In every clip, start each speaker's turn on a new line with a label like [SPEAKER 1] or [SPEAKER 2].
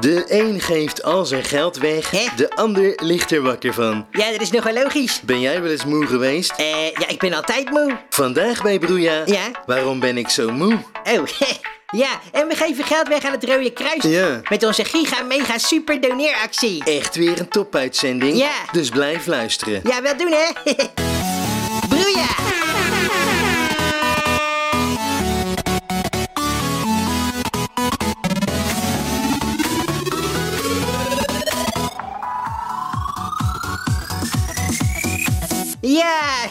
[SPEAKER 1] De een geeft al zijn geld weg,
[SPEAKER 2] Hè?
[SPEAKER 1] de ander ligt er wakker van.
[SPEAKER 2] Ja, dat is nogal logisch.
[SPEAKER 1] Ben jij wel eens moe geweest?
[SPEAKER 2] Eh, ja, ik ben altijd moe.
[SPEAKER 1] Vandaag bij Broeja.
[SPEAKER 2] Ja?
[SPEAKER 1] Waarom ben ik zo moe?
[SPEAKER 2] Oh, ja, en we geven geld weg aan het Rode Kruis.
[SPEAKER 1] Ja.
[SPEAKER 2] Met onze giga mega super doneeractie.
[SPEAKER 1] Echt weer een topuitzending.
[SPEAKER 2] Ja.
[SPEAKER 1] Dus blijf luisteren.
[SPEAKER 2] Ja, wel doen hè. Broeia! Ja,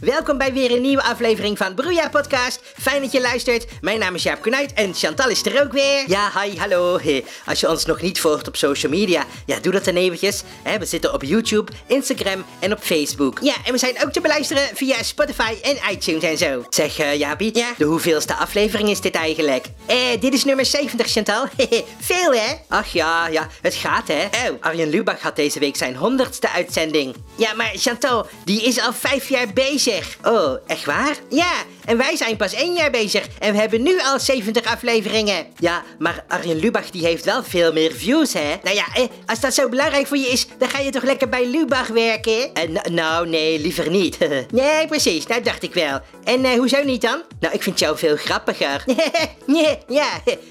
[SPEAKER 2] welkom bij weer een nieuwe aflevering van Broeia Podcast. Fijn dat je luistert. Mijn naam is Jaap Knuit en Chantal is er ook weer. Ja, hi, hallo. Als je ons nog niet volgt op social media, ja, doe dat dan eventjes. Hè, We zitten op YouTube, Instagram en op Facebook. Ja, en we zijn ook te beluisteren via Spotify en iTunes en zo. Zeg, eh, Jaapie,
[SPEAKER 3] Ja?
[SPEAKER 2] de hoeveelste aflevering is dit eigenlijk? Eh, dit is nummer 70, Chantal. Veel, hè? Ach ja, ja, het gaat, hè? Oh, Arjen Lubach had deze week zijn honderdste uitzending. Ja, maar Chantal, die is al vijf jaar bezig. Oh, echt waar? Ja, en wij zijn pas één jaar bezig en we hebben nu al 70 afleveringen. Ja, maar Arjen Lubach die heeft wel veel meer views, hè? Nou ja, eh, als dat zo belangrijk voor je is, dan ga je toch lekker bij Lubach werken? Eh, n- nou, nee, liever niet. nee, precies, dat dacht ik wel. En eh, hoezo niet dan? Nou, ik vind jou veel grappiger. Nee, ja,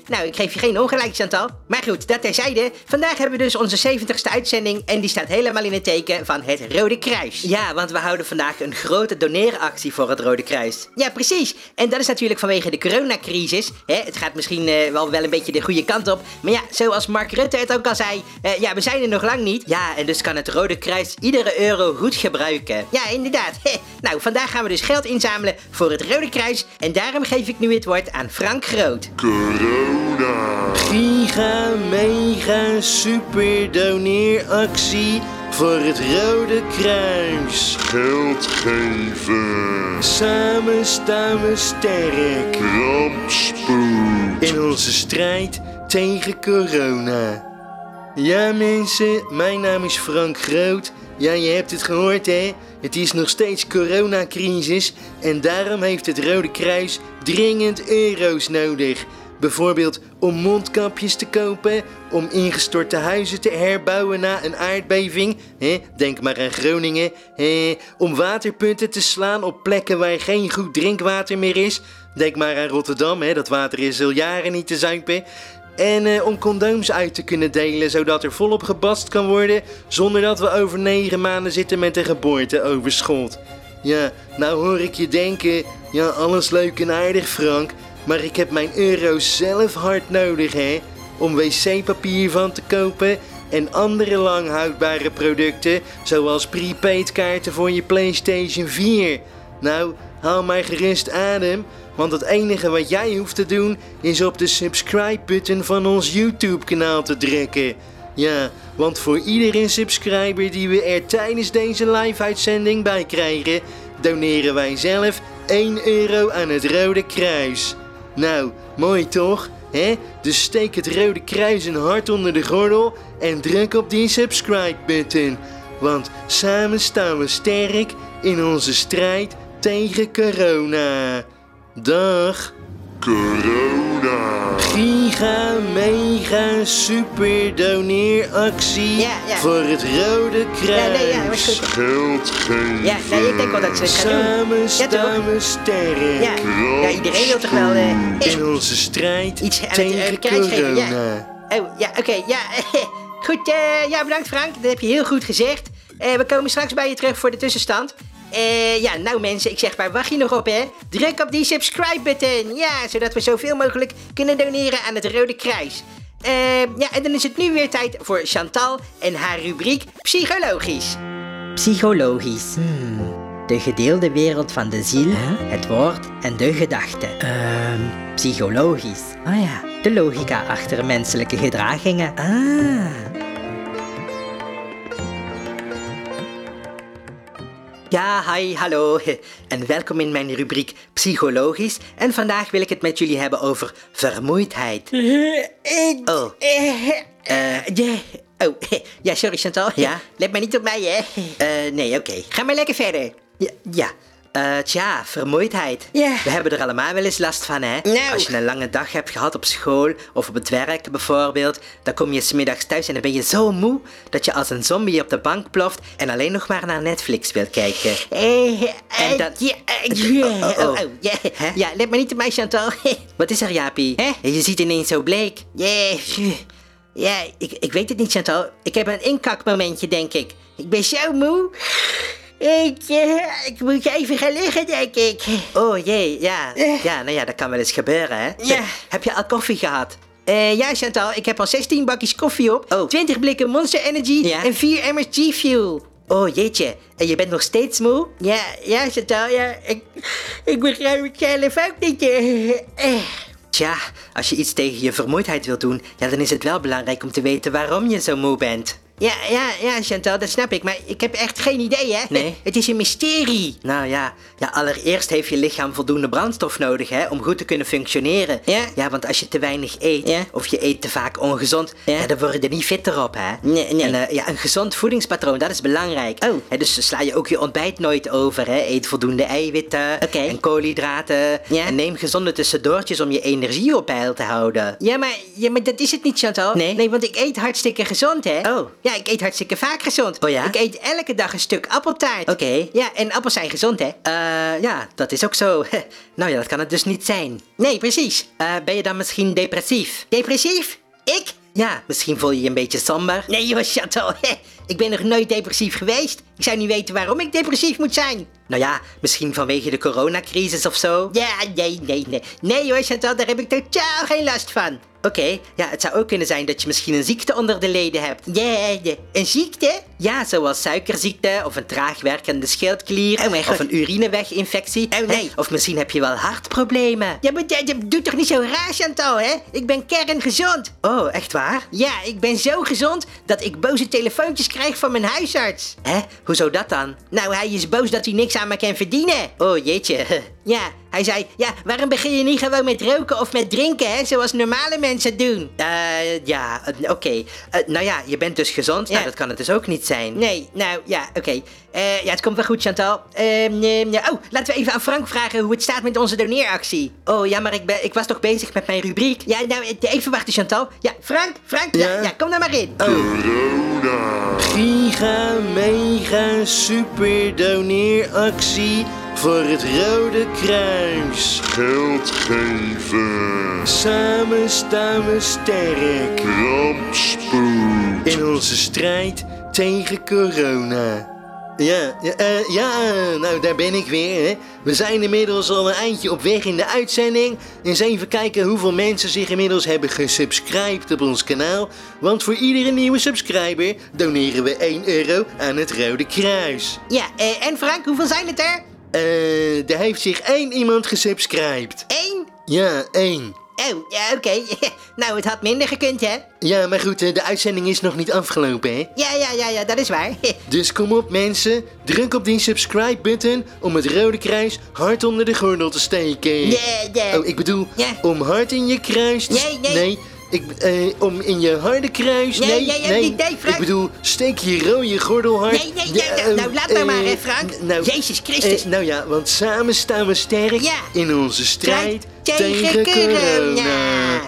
[SPEAKER 2] nou, ik geef je geen ongelijk, Chantal. Maar goed, dat terzijde. Vandaag hebben we dus onze 70ste uitzending en die staat helemaal in het teken van het Rode Kruis. Ja, want we houden vandaag een grote doneeractie voor het Rode Kruis. Ja, precies. En dat is natuurlijk vanwege de coronacrisis. Hè, het gaat misschien eh, wel, wel een beetje de goede kant op. Maar ja, zoals Mark Rutte het ook al zei, eh, ja, we zijn er nog lang niet. Ja, en dus kan het Rode Kruis iedere euro goed gebruiken. Ja, inderdaad. Nou, vandaag gaan we dus geld inzamelen voor het Rode Kruis. En daarom geef ik nu het woord aan Frank Groot.
[SPEAKER 4] Corona.
[SPEAKER 1] Giga, mega, super doneeractie voor het Rode Kruis.
[SPEAKER 4] Geld geven.
[SPEAKER 1] Samen staan we sterk
[SPEAKER 4] Rampspoed.
[SPEAKER 1] in onze strijd tegen corona. Ja mensen, mijn naam is Frank Groot. Ja, je hebt het gehoord hè. Het is nog steeds coronacrisis en daarom heeft het Rode Kruis dringend euro's nodig. Bijvoorbeeld om mondkapjes te kopen, om ingestorte huizen te herbouwen na een aardbeving. Hè? Denk maar aan Groningen. Hè? Om waterpunten te slaan op plekken waar geen goed drinkwater meer is. Denk maar aan Rotterdam, hè? dat water is al jaren niet te zuipen. En eh, om condooms uit te kunnen delen, zodat er volop gebast kan worden, zonder dat we over negen maanden zitten met een geboorteoverschot. Ja, nou hoor ik je denken, ja alles leuk en aardig Frank, maar ik heb mijn euro's zelf hard nodig hè, om wc-papier van te kopen en andere lang houdbare producten, zoals prepaid kaarten voor je PlayStation 4. Nou, haal maar gerust adem, want het enige wat jij hoeft te doen is op de subscribe-button van ons YouTube-kanaal te drukken. Ja, want voor iedere subscriber die we er tijdens deze live-uitzending bij krijgen, doneren wij zelf 1 euro aan het Rode Kruis. Nou, mooi toch? Hè? Dus steek het Rode Kruis een hart onder de gordel en druk op die subscribe-button. Want samen staan we sterk in onze strijd tegen corona. Dag!
[SPEAKER 4] Corona.
[SPEAKER 1] Giga, mega, super doneeractie
[SPEAKER 2] Ja, ja.
[SPEAKER 1] voor het Rode Kruis.
[SPEAKER 2] Ja, nee, ja, was goed.
[SPEAKER 4] Geld geven.
[SPEAKER 2] Ja, nee, ik denk wel dat ze het gaan doen.
[SPEAKER 1] Samen
[SPEAKER 2] Ja, toch?
[SPEAKER 1] staan we sterk
[SPEAKER 2] Ja, ja iedereen wil toch wel... eh,
[SPEAKER 1] in onze strijd
[SPEAKER 2] Iets aan het
[SPEAKER 1] tegen
[SPEAKER 2] Rode Kruis geven,
[SPEAKER 1] corona.
[SPEAKER 2] ja. Oh, ja, oké, ja. Goed, eh, ja, bedankt Frank. Dat heb je heel goed gezegd. Eh, we komen straks bij je terug voor de tussenstand. Eh, ja, nou mensen, ik zeg waar wacht je nog op, hè? Druk op die subscribe-button. Ja, zodat we zoveel mogelijk kunnen doneren aan het Rode Kruis. Eh, ja, en dan is het nu weer tijd voor Chantal en haar rubriek Psychologisch. Psychologisch. De gedeelde wereld van de ziel, het woord en de gedachte. Psychologisch. Ah ja. De logica achter menselijke gedragingen. Ah. Ja, hi, hallo. En welkom in mijn rubriek Psychologisch. En vandaag wil ik het met jullie hebben over vermoeidheid.
[SPEAKER 3] Ik.
[SPEAKER 2] Oh. Eh, ja. Oh, ja, sorry Chantal.
[SPEAKER 1] Ja?
[SPEAKER 2] Let maar niet op mij, hè. Eh, nee, oké. Ga maar lekker verder. Ja. ja. Eh, tja, vermoeidheid.
[SPEAKER 3] Ja.
[SPEAKER 2] We hebben er allemaal wel eens last van, hè?
[SPEAKER 3] Nou.
[SPEAKER 2] Als je een lange dag hebt gehad op school of op het werk bijvoorbeeld, dan kom je smiddags thuis en dan ben je zo moe dat je als een zombie op de bank ploft en alleen nog maar naar Netflix wilt kijken. En
[SPEAKER 3] En
[SPEAKER 2] dat-
[SPEAKER 3] Ja,
[SPEAKER 2] Oh, oh, oh.
[SPEAKER 3] ja,
[SPEAKER 2] Hè?
[SPEAKER 3] ja, let maar niet op mij, Chantal.
[SPEAKER 2] Wat is er, Jaapie?
[SPEAKER 3] Hè?
[SPEAKER 2] Je ziet ineens zo bleek.
[SPEAKER 3] Ja, ja ik, ik weet het niet, Chantal. Ik heb een inkakmomentje, denk ik. Ik ben zo moe. Ik, eh, ik moet even gaan liggen, denk ik.
[SPEAKER 2] Oh jee, ja.
[SPEAKER 3] Eh.
[SPEAKER 2] Ja, nou ja, dat kan wel eens gebeuren, hè?
[SPEAKER 3] Ja.
[SPEAKER 2] Heb je al koffie gehad?
[SPEAKER 3] Eh, ja, Chantal, ik heb al 16 bakjes koffie op,
[SPEAKER 2] Oh.
[SPEAKER 3] 20 blikken Monster Energy
[SPEAKER 2] Ja.
[SPEAKER 3] en 4 emmers G-Fuel.
[SPEAKER 2] Oh jeetje, en je bent nog steeds moe?
[SPEAKER 3] Ja, ja, Chantal, ja, ik, ik begrijp het zelf ook niet. eh. Eh.
[SPEAKER 2] Tja, als je iets tegen je vermoeidheid wilt doen, ja, dan is het wel belangrijk om te weten waarom je zo moe bent.
[SPEAKER 3] Ja, ja, ja, Chantal, dat snap ik, maar ik heb echt geen idee, hè?
[SPEAKER 2] Nee.
[SPEAKER 3] Het is een mysterie.
[SPEAKER 2] Nou ja, ja, allereerst heeft je lichaam voldoende brandstof nodig hè, om goed te kunnen functioneren.
[SPEAKER 3] Ja.
[SPEAKER 2] want als je te weinig eet
[SPEAKER 3] Ja.
[SPEAKER 2] of je eet te vaak ongezond,
[SPEAKER 3] Ja.
[SPEAKER 2] ja, dan word je er niet fitter op. Hè.
[SPEAKER 3] Nee, nee.
[SPEAKER 2] En, eh, ja, een gezond voedingspatroon, dat is belangrijk.
[SPEAKER 3] Oh.
[SPEAKER 2] Hè, dus sla je ook je ontbijt nooit over. Hè. Eet voldoende eiwitten
[SPEAKER 3] Oké.
[SPEAKER 2] en koolhydraten.
[SPEAKER 3] Ja.
[SPEAKER 2] En neem gezonde tussendoortjes om je energie op peil te houden.
[SPEAKER 3] Ja maar, ja, maar dat is het niet, Chantal.
[SPEAKER 2] Nee?
[SPEAKER 3] want ik eet hartstikke gezond, hè?
[SPEAKER 2] Oh.
[SPEAKER 3] Ja, ik eet hartstikke vaak gezond.
[SPEAKER 2] Oh ja?
[SPEAKER 3] Ik eet elke dag een stuk appeltaart.
[SPEAKER 2] Oké.
[SPEAKER 3] Ja, en appels zijn gezond, hè?
[SPEAKER 2] Eh, ja, dat is ook zo. nou ja, dat kan het dus niet zijn.
[SPEAKER 3] Nee, precies.
[SPEAKER 2] Eh, ben je dan misschien depressief?
[SPEAKER 3] Depressief? Ik?
[SPEAKER 2] Ja, misschien voel je je een beetje somber.
[SPEAKER 3] Nee, joh, Chantal. hè. Ik ben nog nooit depressief geweest. Ik zou niet weten waarom ik depressief moet zijn.
[SPEAKER 2] Nou ja, misschien vanwege de coronacrisis of zo. Oké,
[SPEAKER 3] Ja, nee, nee, nee. Nee, hoor, Chantal, daar heb ik totaal geen last van.
[SPEAKER 2] ja, het zou ook kunnen zijn dat je misschien een ziekte onder de leden hebt.
[SPEAKER 3] Ja, ja. een ziekte?
[SPEAKER 2] Ja, zoals suikerziekte of een traag werkende schildklier
[SPEAKER 3] Oh mijn god.
[SPEAKER 2] of een urineweginfectie.
[SPEAKER 3] Oh nee.
[SPEAKER 2] Hè? Of misschien heb je wel hartproblemen.
[SPEAKER 3] Ja, maar dat, dat doet toch niet zo raar, Chantal, hè? Ik ben kerngezond.
[SPEAKER 2] Oh, echt waar?
[SPEAKER 3] Ja, ik ben zo gezond dat ik boze telefoontjes krijg van mijn huisarts.
[SPEAKER 2] Hè? Hoezo dat dan?
[SPEAKER 3] Nou, hij is boos dat hij niks aan me kan verdienen.
[SPEAKER 2] Oh jeetje.
[SPEAKER 3] Ja, hij zei, ja, waarom begin je niet gewoon met roken of met drinken, hè, zoals normale mensen doen?
[SPEAKER 2] Eh, ja, eh, oké. Eh, nou ja, je bent dus gezond.
[SPEAKER 3] Ja.
[SPEAKER 2] Nou, dat kan het dus ook niet zijn.
[SPEAKER 3] Nee, nou, ja, oké. Eh, ja, het komt wel goed, Chantal. Ehm, ehm, ja, oh, laten we even aan Frank vragen hoe het staat met onze doneeractie.
[SPEAKER 2] Oh ja, maar ik, ben, ik was toch bezig met mijn rubriek?
[SPEAKER 3] Ja, nou, eh, even wachten, Chantal. Ja, Frank, Frank, ja,
[SPEAKER 1] Ja?
[SPEAKER 3] ja kom daar maar in.
[SPEAKER 4] Oh. corona.
[SPEAKER 1] Giga, mega, super doneeractie voor het Rode Kruis.
[SPEAKER 4] Geld geven.
[SPEAKER 1] Samen staan we sterk
[SPEAKER 4] Rampspoed.
[SPEAKER 1] in onze strijd tegen corona. Ja, ja, eh, ja, nou daar ben ik weer. Hè. We zijn inmiddels al een eindje op weg in de uitzending. Eens even kijken hoeveel mensen zich inmiddels hebben gesubscribed op ons kanaal. Want voor iedere nieuwe subscriber doneren we 1 euro aan het Rode Kruis.
[SPEAKER 3] Ja, eh, en Frank, hoeveel zijn het er?
[SPEAKER 1] Eh, daar heeft zich één iemand gesubscribed.
[SPEAKER 3] Eén?
[SPEAKER 1] Ja, één.
[SPEAKER 3] Oh, ja, oké. nou, het had minder gekund, hè?
[SPEAKER 1] Ja, maar goed, eh, de uitzending is nog niet afgelopen, hè?
[SPEAKER 3] Ja, ja, ja, ja, dat is waar.
[SPEAKER 1] Dus kom op mensen, druk op die subscribe-button om het Rode Kruis hard onder de gordel te steken.
[SPEAKER 3] Nee, nee.
[SPEAKER 1] Oh, ik bedoel,
[SPEAKER 3] Ja.
[SPEAKER 1] om hard in je kruis te...
[SPEAKER 3] Nee, nee.
[SPEAKER 1] ik, eh, om in je harde kruis...
[SPEAKER 3] Nee,
[SPEAKER 1] Nee,
[SPEAKER 3] nee, nee, niet, nee, Frank.
[SPEAKER 1] Ik bedoel, steek je rode gordel hard...
[SPEAKER 3] Nee, nee, nee, nou, nou, laat maar
[SPEAKER 1] eh,
[SPEAKER 3] maar, hè, Frank.
[SPEAKER 1] n- nou,
[SPEAKER 3] Jezus Christus.
[SPEAKER 1] eh, nou ja, want samen staan we sterk
[SPEAKER 3] Ja.
[SPEAKER 1] in onze strijd tegen,
[SPEAKER 3] tegen
[SPEAKER 1] corona.
[SPEAKER 3] corona.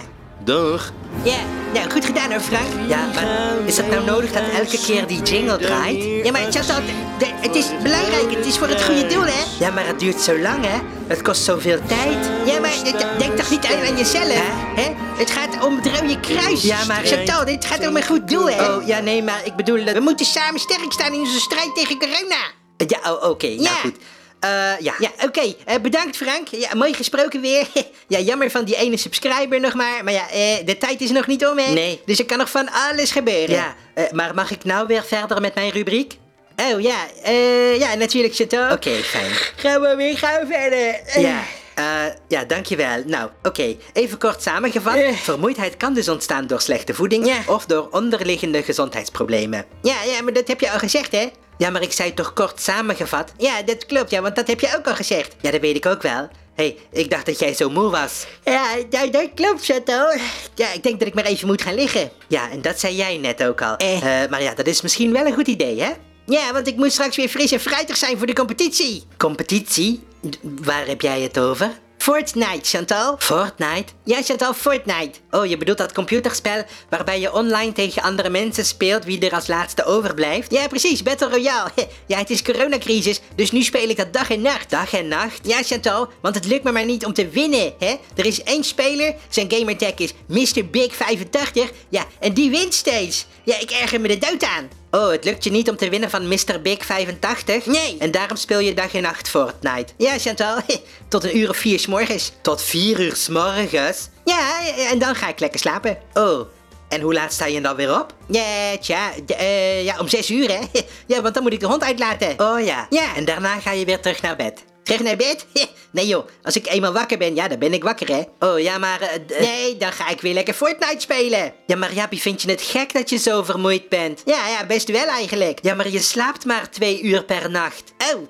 [SPEAKER 1] Dag.
[SPEAKER 3] Ja, nou, goed gedaan hoor, Frank.
[SPEAKER 2] Ja, maar is dat nou nodig dat elke keer die jingle draait?
[SPEAKER 3] Ja, maar Chantal, de- de- het is belangrijk. Het is voor het goede doel, hè?
[SPEAKER 2] Ja, maar het duurt zo lang, hè? Het kost zoveel tijd.
[SPEAKER 3] Ja, maar d- denk toch niet alleen aan jezelf, hè? Het gaat om het rode kruis.
[SPEAKER 2] Ja, maar-
[SPEAKER 3] Chantal, dit gaat om een goed doel, hè?
[SPEAKER 2] Oh, ja, nee, maar ik bedoel dat...
[SPEAKER 3] We moeten samen sterk staan in onze strijd tegen corona.
[SPEAKER 2] Ja, oh, oké,
[SPEAKER 3] Ja.
[SPEAKER 2] nou goed. Eh, ja.
[SPEAKER 3] Ja, oké. Eh, bedankt, Frank. Ja, mooi gesproken weer. ja, jammer van die ene subscriber nog maar. Maar ja, eh, de tijd is nog niet om, hè?
[SPEAKER 2] Nee.
[SPEAKER 3] Dus er kan nog van alles gebeuren.
[SPEAKER 2] Ja, eh, maar mag ik nou weer verder met mijn rubriek?
[SPEAKER 3] Oh, ja. Eh, ja, natuurlijk, Chantal.
[SPEAKER 2] Oké, fijn.
[SPEAKER 3] Gaan we weer gauw verder. Eh,
[SPEAKER 2] Ja, eh, ja, dankjewel. Nou, oké, even kort samengevat.
[SPEAKER 3] Eh.
[SPEAKER 2] Vermoeidheid kan dus ontstaan door slechte voeding
[SPEAKER 3] Ja.
[SPEAKER 2] of door onderliggende gezondheidsproblemen.
[SPEAKER 3] Ja, ja, maar dat heb je al gezegd, hè?
[SPEAKER 2] Ja, maar ik zei toch kort samengevat?
[SPEAKER 3] Ja, dat klopt, ja, want dat heb je ook al gezegd.
[SPEAKER 2] Ja, dat weet ik ook wel. Hé, hey, ik dacht dat jij zo moe was.
[SPEAKER 3] Ja, dat, dat klopt, Chantal. Ja, ik denk dat ik maar even moet gaan liggen.
[SPEAKER 2] Ja, en dat zei jij net ook al.
[SPEAKER 3] Eh.
[SPEAKER 2] Eh, maar ja, dat is misschien wel een goed idee, hè? Ja, want ik moet straks weer fris en fruitig zijn voor de competitie.
[SPEAKER 3] Competitie? D- waar heb jij het over?
[SPEAKER 2] Fortnite, Chantal.
[SPEAKER 3] Fortnite?
[SPEAKER 2] Ja, Chantal, Fortnite.
[SPEAKER 3] Oh, je bedoelt dat computerspel waarbij je online tegen andere mensen speelt wie er als laatste overblijft?
[SPEAKER 2] Ja, precies, Battle Royale. Ja, het is coronacrisis, dus nu speel ik dat dag en nacht.
[SPEAKER 3] Dag en nacht?
[SPEAKER 2] Ja, Chantal, want het lukt me maar niet om te winnen, hè? Er is één speler, zijn gamertag is Mr. Big 85, ja, en die wint steeds. Ja, ik erger me de dood aan.
[SPEAKER 3] Oh, het lukt je niet om te winnen van Mr. Big 85?
[SPEAKER 2] Nee.
[SPEAKER 3] En daarom speel je dag en nacht Fortnite.
[SPEAKER 2] Ja, Chantal, tot een uur of vier 's morgens.
[SPEAKER 3] Tot vier uur s morgens?
[SPEAKER 2] Ja, en dan ga ik lekker slapen.
[SPEAKER 3] Oh, en hoe laat sta je dan weer op?
[SPEAKER 2] Ja, tja, d- eh, ja, om zes uur, hè? Ja, want dan moet ik de hond uitlaten.
[SPEAKER 3] Oh ja.
[SPEAKER 2] Ja.
[SPEAKER 3] En daarna ga je weer terug naar bed.
[SPEAKER 2] Terug naar bed? Nee joh, als ik eenmaal wakker ben, ja, dan ben ik wakker, hè?
[SPEAKER 3] Oh ja, maar. eh, d- eh,
[SPEAKER 2] Nee, dan ga ik weer lekker Fortnite spelen.
[SPEAKER 3] Ja, maar Jappie, vind je het gek dat je zo vermoeid bent?
[SPEAKER 2] Ja, ja, best wel eigenlijk.
[SPEAKER 3] Ja, maar je slaapt maar twee uur per nacht.
[SPEAKER 2] Oh,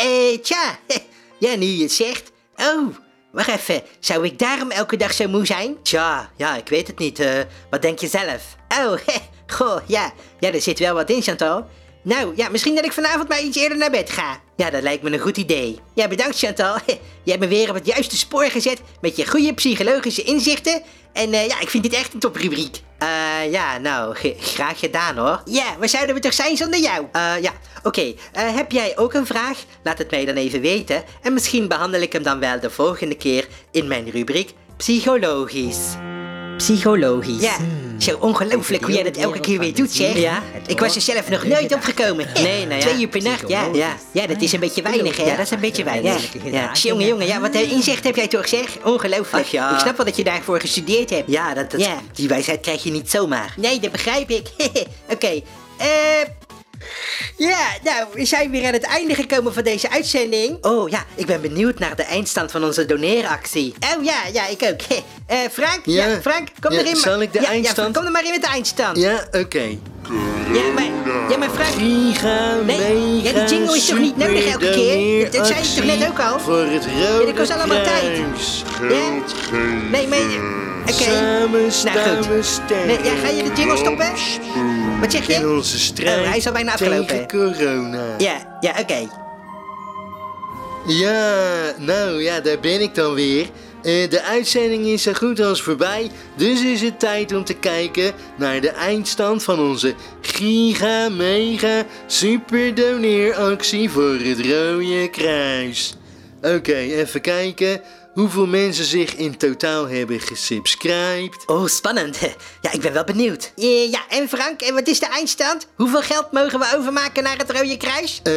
[SPEAKER 2] eh, tja. Ja, nu je het zegt. Oh, wacht even. Zou ik daarom elke dag zo moe zijn?
[SPEAKER 3] Tja, ja, ik weet het niet. eh, wat denk je zelf?
[SPEAKER 2] Oh, hè. goh, ja. Ja, er zit wel wat in, Chantal. Nou, ja, misschien dat ik vanavond maar iets eerder naar bed ga.
[SPEAKER 3] Ja, dat lijkt me een goed idee.
[SPEAKER 2] Ja, bedankt Chantal. Je hebt me weer op het juiste spoor gezet met je goede psychologische inzichten. En eh, ja, ik vind dit echt een toprubriek.
[SPEAKER 3] Eh, ja, nou, g- graag gedaan hoor.
[SPEAKER 2] Ja, waar zouden we toch zijn zonder jou?
[SPEAKER 3] Eh, ja, oké. Eh, heb jij ook een vraag? Laat het mij dan even weten. En misschien behandel ik hem dan wel de volgende keer in mijn rubriek Psychologisch. Psychologisch.
[SPEAKER 2] Ja, zo ongelooflijk hoe jij dat elke keer weer doet, zeg.
[SPEAKER 3] Hmm. Ja.
[SPEAKER 2] Ik was er zelf nog nooit opgekomen.
[SPEAKER 3] Nee, nou ja.
[SPEAKER 2] Twee uur per nacht, ja.
[SPEAKER 3] Ja.
[SPEAKER 2] Ja, dat is een beetje weinig, hè.
[SPEAKER 3] Ja, dat is een beetje weinig.
[SPEAKER 2] Ja.
[SPEAKER 3] Ja.
[SPEAKER 2] Jongen, jongen, ja, wat een inzicht heb jij toch, zeg. Ongelooflijk.
[SPEAKER 3] Ach, ja.
[SPEAKER 2] Ik snap wel dat je daarvoor gestudeerd hebt.
[SPEAKER 3] Ja, dat, dat-
[SPEAKER 2] Ja.
[SPEAKER 3] die wijsheid krijg je niet zomaar.
[SPEAKER 2] Nee, dat begrijp ik. Oké, Eh Ja, nou, we zijn weer aan het einde gekomen van deze uitzending.
[SPEAKER 3] Oh ja, ik ben benieuwd naar de eindstand van onze doneeractie.
[SPEAKER 2] Oh ja, ja, ik ook. Eh Frank, ja.
[SPEAKER 1] Ja.
[SPEAKER 2] Frank, kom
[SPEAKER 1] Ja,
[SPEAKER 2] erin. maar-
[SPEAKER 1] zal ik de
[SPEAKER 2] ja,
[SPEAKER 1] eindstand?
[SPEAKER 2] Ja, kom er maar in met de eindstand.
[SPEAKER 1] Ja, oké.
[SPEAKER 2] Ja, maar, ja, maar Frank...
[SPEAKER 1] Giga,
[SPEAKER 2] Nee, ja,
[SPEAKER 1] mega,
[SPEAKER 2] die jingle is toch niet nodig
[SPEAKER 1] super
[SPEAKER 2] elke keer? Dat- dat zei ik toch net ook al?
[SPEAKER 1] Voor het
[SPEAKER 2] Ja,
[SPEAKER 1] rode
[SPEAKER 2] dat kost allemaal tijd.
[SPEAKER 1] Kruis.
[SPEAKER 4] Geld geven.
[SPEAKER 2] Nee, maar... Oké.
[SPEAKER 1] Samen staan
[SPEAKER 2] Nou, goed.
[SPEAKER 1] we sterk.
[SPEAKER 2] Nee, ja, ga je de jingle stoppen?
[SPEAKER 4] Loopspoel.
[SPEAKER 2] Wat zeg
[SPEAKER 1] In
[SPEAKER 2] je?
[SPEAKER 1] onze strijd
[SPEAKER 2] Oh, hij is al bijna afgelopen.
[SPEAKER 1] tegen corona.
[SPEAKER 2] Ja, ja, oké.
[SPEAKER 1] Ja, nou ja, daar ben ik dan weer. Eh, de uitzending is zo goed als voorbij, dus is het tijd om te kijken naar de eindstand van onze giga mega super doneeractie voor het Rode Kruis. Oké, even kijken hoeveel mensen zich in totaal hebben gesubscribed.
[SPEAKER 3] Oh, spannend. Ja, ik ben wel benieuwd.
[SPEAKER 2] Eh, ja, en Frank, en wat is de eindstand? Hoeveel geld mogen we overmaken naar het Rode Kruis?
[SPEAKER 1] Eh,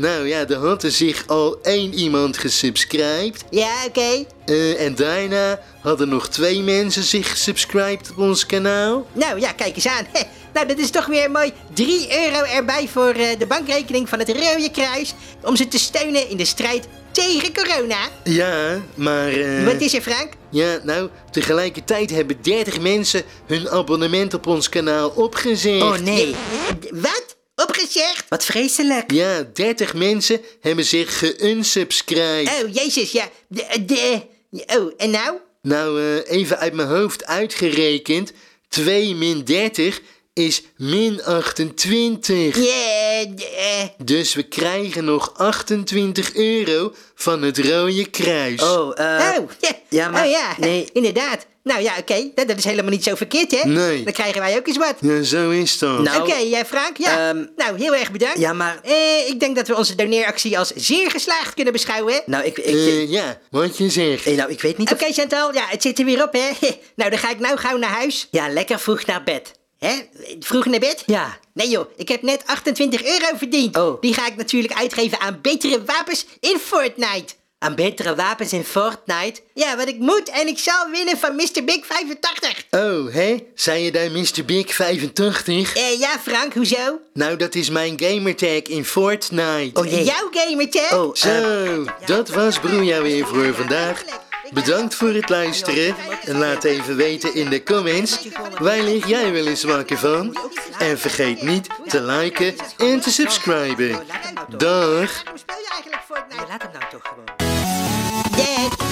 [SPEAKER 1] nou ja, er had er zich al één iemand gesubscribed.
[SPEAKER 2] Ja, oké.
[SPEAKER 1] Eh, en daarna hadden nog twee mensen zich gesubscribed op ons kanaal.
[SPEAKER 2] Nou ja, kijk eens aan. Heh, Nou, dat is toch weer mooi. 3 euro erbij voor eh, de bankrekening van het Rode Kruis. Om ze te steunen in de strijd tegen corona.
[SPEAKER 1] Ja, maar. eh,
[SPEAKER 2] Wat is er, Frank?
[SPEAKER 1] Ja, nou, tegelijkertijd hebben 30 mensen hun abonnement op ons kanaal opgezegd.
[SPEAKER 3] Oh nee,
[SPEAKER 2] Eh, Wat? Opgezegd?
[SPEAKER 3] wat vreselijk.
[SPEAKER 1] Ja, 30 mensen hebben zich
[SPEAKER 3] Eh.
[SPEAKER 1] geunsubscribed.
[SPEAKER 2] Oh, jezus, ja. De, de- oh, en nou?
[SPEAKER 1] Nou, eh, even uit mijn hoofd uitgerekend: 2 min 30 is min 28.
[SPEAKER 2] Ja, de- eh,
[SPEAKER 1] Dus we krijgen nog 28 euro van het Rode Kruis.
[SPEAKER 3] Oh, eh.
[SPEAKER 2] oh, ja.
[SPEAKER 3] ja, maar-
[SPEAKER 2] oh ja,
[SPEAKER 3] nee.
[SPEAKER 2] inderdaad. Nou ja, oké, dat, dat is helemaal niet zo verkeerd, hè?
[SPEAKER 1] Nee.
[SPEAKER 2] Dan krijgen wij ook eens wat.
[SPEAKER 1] Ja, zo is dat.
[SPEAKER 3] Nou,
[SPEAKER 2] Oké, jij Frank, ja.
[SPEAKER 3] Ehm,
[SPEAKER 2] nou, heel erg bedankt.
[SPEAKER 3] Ja, maar-
[SPEAKER 2] Eh, ik denk dat we onze doneeractie als zeer geslaagd kunnen beschouwen. Oké,
[SPEAKER 3] Nou, ik, ik,
[SPEAKER 1] Eh, ja, wat je zegt.
[SPEAKER 3] eh, nou, ik weet niet of...
[SPEAKER 2] Chantal, ja, het zit er weer op, hè? Nou, dan ga ik nou gauw naar huis.
[SPEAKER 3] Ja, lekker vroeg naar bed.
[SPEAKER 2] Hè? Vroeg naar bed?
[SPEAKER 3] Ja.
[SPEAKER 2] Nee joh, ik heb net 28 euro verdiend.
[SPEAKER 3] Oh.
[SPEAKER 2] Die ga ik natuurlijk uitgeven aan betere wapens in Fortnite.
[SPEAKER 3] Aan betere wapens in Fortnite?
[SPEAKER 2] Ja, want ik moet en ik zal winnen van Mr. Big 85.
[SPEAKER 1] Oh, hè? Zei je daar Mr. Big 85?
[SPEAKER 2] Eh, ja Frank, hoezo?
[SPEAKER 1] Nou, dat is mijn gamertag in Fortnite.
[SPEAKER 3] Oh jee.
[SPEAKER 2] Jouw gamertag?
[SPEAKER 3] Oh, eh,
[SPEAKER 1] Zo, dat was Broeja weer voor vandaag. Bedankt voor het luisteren. En laat even weten in de comments, waar lig jij wel eens wakker van? En vergeet niet te liken en te subscriben. Dag!
[SPEAKER 2] Waarom speel je eigenlijk Fortnite?
[SPEAKER 3] laat hem nou toch gewoon.
[SPEAKER 2] Dag.